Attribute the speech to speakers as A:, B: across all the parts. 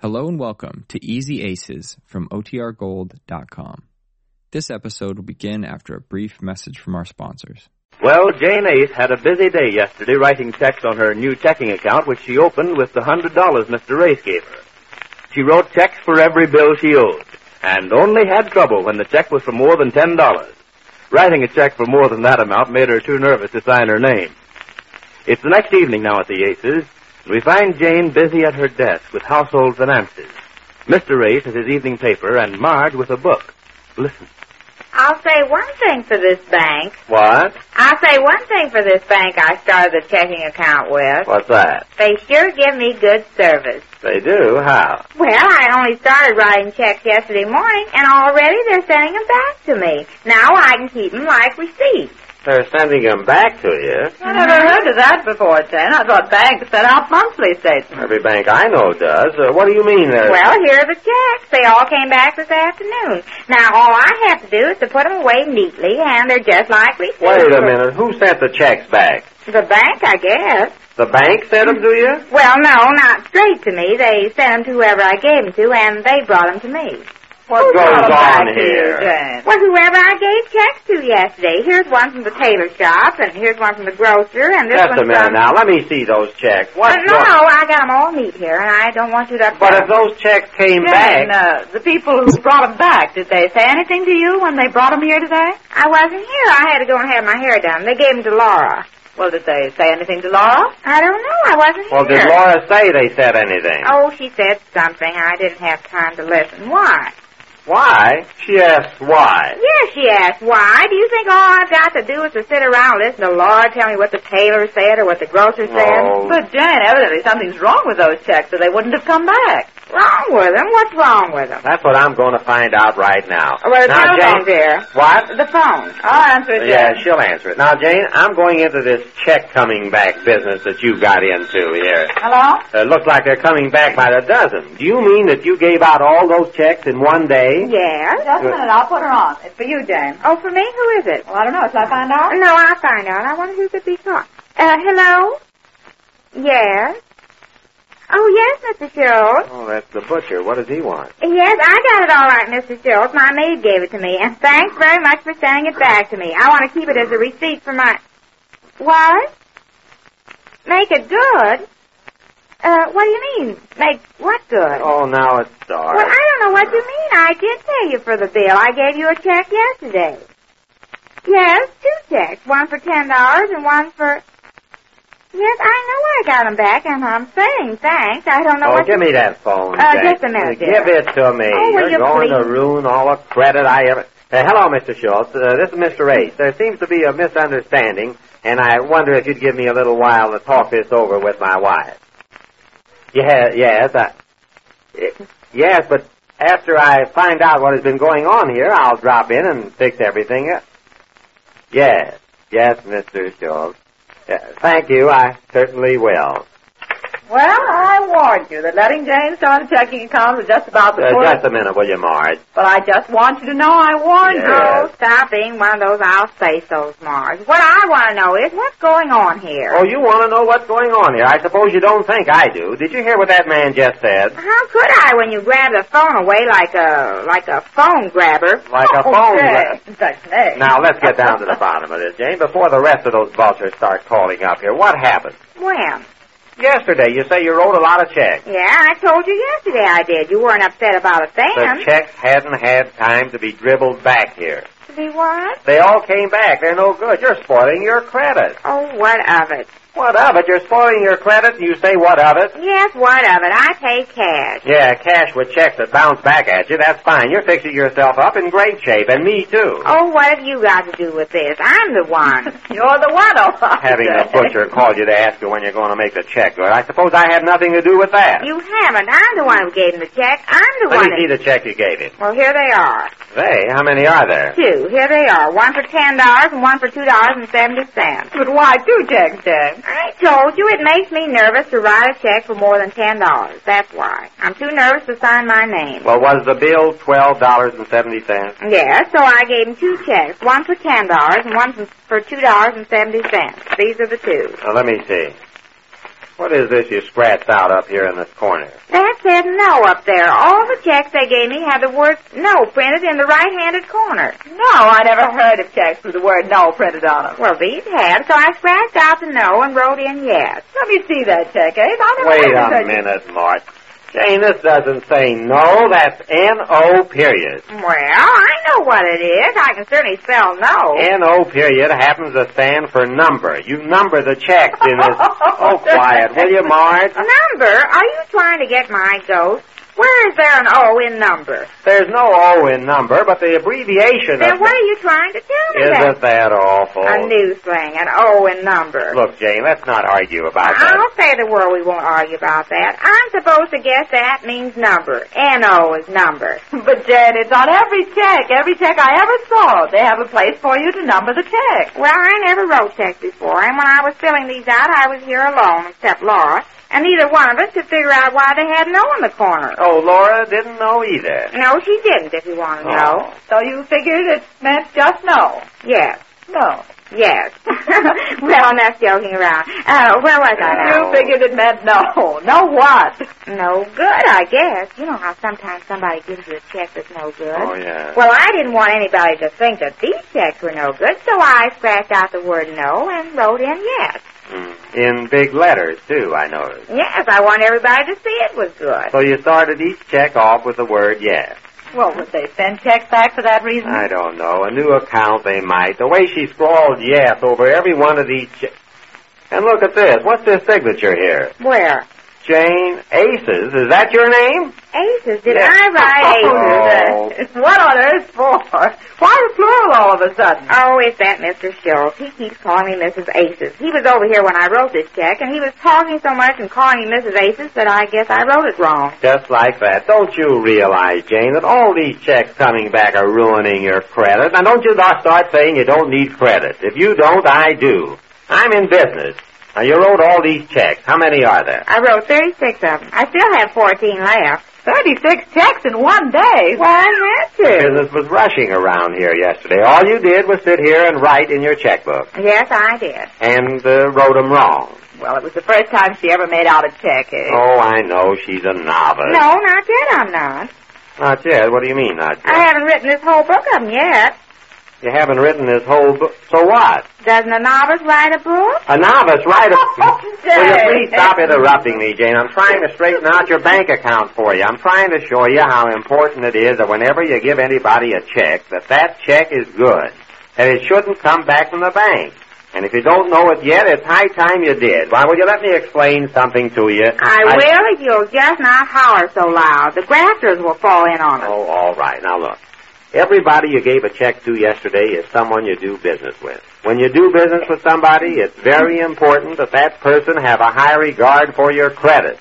A: Hello and welcome to Easy Aces from OTRGold.com. This episode will begin after a brief message from our sponsors.
B: Well, Jane Ace had a busy day yesterday writing checks on her new checking account, which she opened with the hundred dollars Mr. Race gave her. She wrote checks for every bill she owed, and only had trouble when the check was for more than ten dollars. Writing a check for more than that amount made her too nervous to sign her name. It's the next evening now at the Aces, and we find Jane busy at her desk with household finances. Mr. Race has his evening paper, and Marge with a book. Listen.
C: I'll say one thing for this bank.
B: What?
C: I'll say one thing for this bank I started the checking account with.
B: What's that?
C: They sure give me good service.
B: They do? How?
C: Well, I only started writing checks yesterday morning, and already they're sending them back to me. Now I can keep them like receipts.
B: They're sending them back to you.
C: I never heard of that before, Jane. I thought banks sent out monthly statements.
B: Every bank I know does. Uh, what do you mean they're...
C: Well, here are the checks. They all came back this afternoon. Now, all I have to do is to put them away neatly, and they're just like receipts.
B: Wait a minute. Who sent the checks back?
C: The bank, I guess.
B: The bank sent them to you?
C: Well, no, not straight to me. They sent them to whoever I gave them to, and they brought them to me.
B: What
C: Who
B: goes
C: brought 'em back
B: on
C: to you,
B: here?
C: Jane? Well, whoever I gave checks to yesterday. Here's one from the tailor shop, and here's one from the grocer, and this
B: Just a
C: one
B: minute
C: from...
B: now. Let me see those checks.
C: Uh,
B: What's
C: no,
B: going-
C: I got them all neat here, and I don't want you to...
B: But if those checks came back...
C: uh, the people who brought them back, did they say anything to you when they brought them here today? I wasn't here. I had to go and have my hair done. They gave them to Laura. Well, did they say anything to Laura? I don't know. I wasn't
B: Well, did
C: here.
B: Laura say they said anything?
C: Oh, she said something. I didn't have time to listen. Why?
B: Why? She asked why.
C: Yes, she asked. Why? Do you think all I've got to do is to sit around and listen to Laura tell me what the tailor said or what the grocer said?
B: Oh. But,
C: Jane, evidently something's wrong with those checks, or they wouldn't have come back. Wrong with them? What's wrong with them?
B: That's what I'm going to find out right now.
C: Well, the
B: now,
C: telephone,
B: Jane...
C: dear.
B: What?
C: The phone. I'll answer it,
B: Yeah,
C: Jane.
B: she'll answer it. Now, Jane, I'm going into this check coming back business that you got into here.
C: Hello?
B: Uh, looks like they're coming back by the dozen. Do you mean that you gave out all those checks in one day?
C: Yes?
D: Just a minute, I'll put her on. It's for you, Jane.
C: Oh, for me? Who is it?
D: Well, I don't know. Shall I find out?
C: No, I'll find out. I wonder who could be talking. Uh, hello? Yes? Oh, yes, Mr. Schultz.
B: Oh, that's the butcher. What does he want?
C: Yes, I got it all right, Mr. Schultz. My maid gave it to me, and thanks very much for sending it back to me. I want to keep it as a receipt for my. What? Make it good? Uh, what do you mean? Make what good?
B: Oh, now it's dark.
C: Well, I don't know what you mean. I did pay you for the bill. I gave you a check yesterday. Yes, two checks. One for ten dollars and one for. Yes, I know I got them back, and I'm saying thanks. I don't know
B: Oh,
C: what.
B: give me that phone.
C: Uh,
B: Jane.
C: just a minute,
B: Uh,
C: dear.
B: Give it to me.
C: Oh, will
B: You're
C: you
B: going to
C: please?
B: ruin all the credit I ever. Uh, hello, Mr. Schultz. Uh, this is Mr. Ace. There seems to be a misunderstanding, and I wonder if you'd give me a little while to talk this over with my wife. Yeah, yes, I, y- yes, but after I find out what has been going on here, I'll drop in and fix everything up. Yes, yes, Mr. Schultz. Uh, thank you. I certainly will.
D: Well, I warned you that letting Jane start a checking account was just about the
B: Uh,
D: worst.
B: just a minute, will you, Marge?
D: But I just want you to know I warned
B: Yeah.
C: Oh, stop being one of those I'll say so's, Marge. What I want to know is what's going on here.
B: Oh, you want to know what's going on here? I suppose you don't think I do. Did you hear what that man just said?
C: How could I when you grab the phone away like a like a phone grabber?
B: Like a
C: Oh,
B: phone
C: Jane.
B: grab.
D: you. That's next.
B: Now, let's get down to the bottom of this, Jane, before the rest of those vultures start calling up here. What happened?
C: When?
B: Yesterday, you say you wrote a lot of checks.
C: Yeah, I told you yesterday I did. You weren't upset about a
B: The
C: thing.
B: checks hadn't had time to be dribbled back here.
C: See what?
B: They all came back. They're no good. You're spoiling your credit.
C: Oh, what of it?
B: What of it? You're spoiling your credit, and you say what of it?
C: Yes, what of it? I pay cash.
B: Yeah, cash with checks that bounce back at you, that's fine. You're fixing yourself up in great shape, and me too.
C: Oh, what have you got to do with this? I'm the one.
D: You're the one, oh, all right.
B: Having the
D: Jane.
B: butcher call you to ask you when you're going to make the check, good. I suppose I had nothing to do with that.
C: you haven't. I'm the one who gave him the check. I'm the
B: Let
C: one.
B: me see the check you gave him.
C: Well, here they are.
B: Say, how many are there?
C: Two. Here they are. One for ten dollars and one for two dollars and seventy cents.
D: But why two checks, Jane?
C: I told you it makes me nervous to write a check for more than ten dollars. That's why. I'm too nervous to sign my name.
B: Well, was the bill twelve dollars and seventy cents?
C: Yeah, so I gave him two checks. One for ten dollars and one for two dollars and seventy cents. These are the two.
B: let me see. What is this you scratched out up here in this corner?
C: That said no up there. All the checks they gave me had the word no printed in the right-handed corner.
D: No, I never heard of checks with the word no printed on them.
C: Well, these had, so I scratched out the no and wrote in yes.
D: Let me see that check, Abe. I never
B: Wait
D: heard of
B: a
D: such
B: minute, Mart. Jane, this doesn't say no. That's N-O period.
C: Well, I know what it is. I can certainly spell no.
B: N-O period happens to stand for number. You number the checks in this... oh, quiet, will you, Mart?
C: Number? Are you trying to get my goat? Where is there an O in number?
B: There's no O in number, but the abbreviation of...
C: Then what are you trying to tell me?
B: Isn't that awful?
C: A new slang, an O in number.
B: Look, Jane, let's not argue about that.
C: I'll say the word. We won't argue about that. I'm supposed to guess that means number. N-O is number.
D: But, Jane, it's on every check. Every check I ever saw. They have a place for you to number the check.
C: Well, I never wrote checks before, and when I was filling these out, I was here alone, except Laura, and neither one of us could figure out why they had no in the corner.
B: Oh, Laura didn't know either.
C: No, she didn't, if you want to know.
D: So you figured it meant just no.
C: Oh. Yes,
D: No.
C: yes. well, enough joking around. Uh, where was I now?
B: No.
D: You figured it meant no. No what?
C: No good, I guess. You know how sometimes somebody gives you a check that's no good.
B: Oh, yeah.
C: Well, I didn't want anybody to think that these checks were no good, so I scratched out the word no and wrote in yes.
B: Mm. In big letters, too, I noticed.
C: Yes, I want everybody to see it was good.
B: So you started each check off with the word yes.
D: Well, would they send checks back for that
C: Mm-hmm.
D: reason?
B: I don't know. A new account they might. The way she scrawled yes over every one of these che- And look at this. What's this signature here?
C: Where?
B: Jane Aces. Is that your name?
C: Aces. Did
B: Yes.
C: I write aces?
B: Oh.
D: What on earth for? Why the plural all of a sudden?
C: Oh, is that Mr. Schultz? He keeps calling me Mrs. Aces. He was over here when I wrote this check, and he was talking so much and calling me Mrs. Aces that I guess I wrote it wrong.
B: Just like that. Don't you realize, Jane, that all these checks coming back are ruining your credit? Now, don't you not start saying you don't need credit. If you don't, I do. I'm in business. Now, you wrote all these checks. How many are there?
C: I wrote 36 of them. I still have 14 left.
D: 36 checks in one day.
C: Well, I had to.
B: Business was rushing around here yesterday. All you did was sit here and write in your checkbook
C: Yes, I did.
B: and uh, wrote 'em wrong.
D: Well, it was the first time she ever made out a check, eh?
B: Oh, I know. She's a novice.
C: No, not yet, I'm not.
B: Not yet. What do you mean, not yet?
C: I haven't written this whole book of them yet.
B: You haven't written this whole book. So what?
C: Doesn't a novice write a book?
B: A novice, right?
D: Oh,
B: Will you
D: Jane.
B: please stop interrupting me, Jane? I'm trying to straighten out your bank account for you. I'm trying to show you how important it is that whenever you give anybody a check, that that check is good, and it shouldn't come back from the bank. And if you don't know it yet, it's high time you did. Why, will you let me explain something to you?
C: I, will if you'll just not holler so loud. The grafters will fall in on us.
B: Oh, all right. Now look. Everybody you gave a check to yesterday is someone you do business with. When you do business with somebody, it's very important that that person have a high regard for your credit.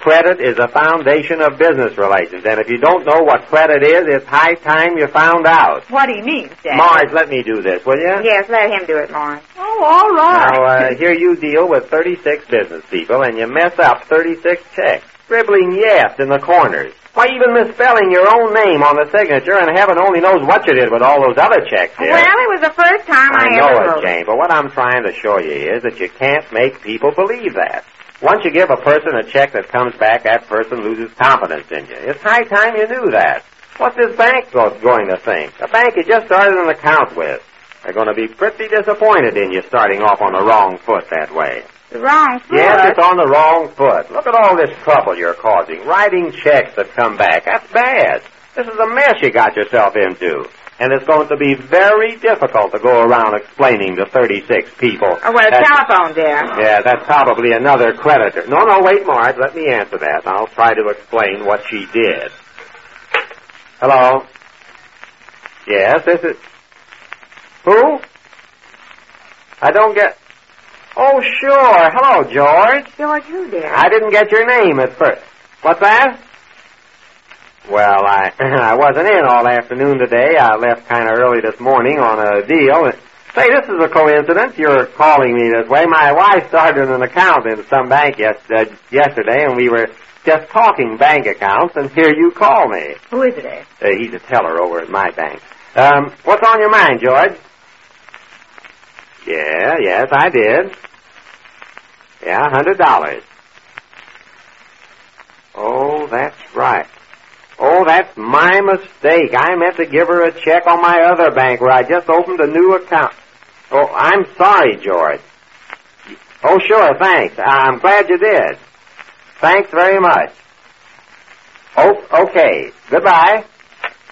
B: Credit is the foundation of business relations, and if you don't know what credit is, it's high time you found out.
D: What do you mean, Jack?
B: Marge, let me do this, will you?
C: Yes, let him do it, Lawrence.
D: Oh, all right.
B: Now, uh, here you deal with 36 business people, and you mess up 36 checks. Scribbling yes in the corners. Why, even misspelling your own name on the signature, and heaven only knows what you did with all those other checks here.
C: Well, it was the first time
B: I
C: I,
B: know
C: ever
B: it,
C: wrote
B: Jane, but what I'm trying to show you is that you can't make people believe that. Once you give a person a check that comes back, that person loses confidence in you. It's high time you knew that. What's this bank go- going to think? A bank you just started an account with. They're going to be pretty disappointed in you starting off on the wrong foot that way.
C: The wrong foot.
B: Yes, it's on the wrong foot. Look at all this trouble you're causing. Writing checks that come back. That's bad. This is a mess you got yourself into. And it's going to be very difficult to go around explaining to 36 people.
C: Oh, well, a
B: That's-
C: telephone, dear.
B: Yeah, that's probably another creditor. No, no, wait, Marge. Let me answer that. I'll try to explain what she did. Hello? Yes, this is... Who? I don't get... Oh, sure. Hello, George.
C: George, who, dear?
B: I didn't get your name at first. What's that? Well, I I wasn't in all afternoon today. I left kind of early this morning on a deal. Say, this is a coincidence. You're calling me this way. My wife started an account in some bank yes, uh, yesterday, and we were just talking bank accounts, and here you call me.
D: Who is it, eh?
B: Uh, he's a teller over at my bank. Um, what's on your mind, George? Yeah, yes, I did. Yeah, hundred dollars. Oh, that's right. Oh, that's my mistake. I meant to give her a check on my other bank where I just opened a new account. Oh, I'm sorry, George. Oh, sure, thanks. I'm glad you did. Thanks very much. Oh, okay. Goodbye.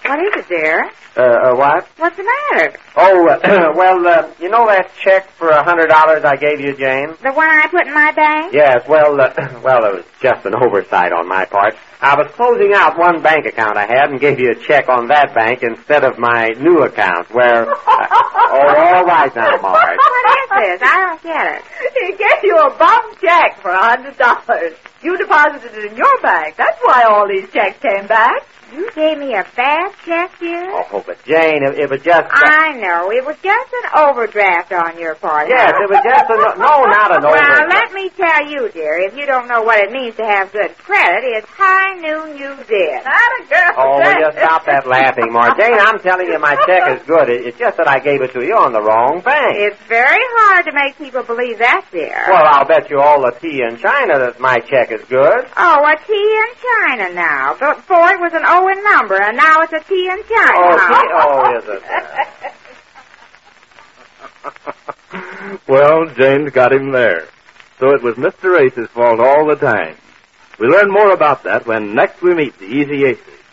C: What is it, dear?
B: Uh, uh what?
C: What's the matter?
B: Oh, uh, well, uh, you know that check for a hundred dollars I gave you, Jane?
C: The one I put in my bank?
B: Yes, well, uh, well, it was just an oversight on my part. I was closing out one bank account I had and gave you a check on that bank instead of my new account, where. uh, oh, all right now, Marge.
C: What is this? I don't get it.
E: He gave you a bum check for a hundred dollars. You deposited it in your bank. That's why all these checks came back.
C: You gave me a bad check, dear?
B: Oh, but Jane, it, it was just. uh,
C: I know. It was just an overdraft on your part.
B: Yes, it was just a no, not an
C: Well,
B: overdraft.
C: let me tell you, dear, if you don't know what it means to have good credit, it's high noon you did.
E: Not a girl.
B: Oh, will you
E: check.
B: stop that laughing, Marge? Jane, I'm telling you, my check is good. It, it's just that I gave it to you on the wrong bank.
C: It's very hard to make people believe that, dear.
B: Well, I'll bet you all the tea in China that my check is good.
C: Oh, a T in China now. Before it was an O in number, and now it's a T in China.
B: Oh,
C: huh?
B: tea, oh, is it?
F: well, Jane's got him there. So it was Mr. Ace's fault all the E time. We learn more about that when next we meet the Easy Aces.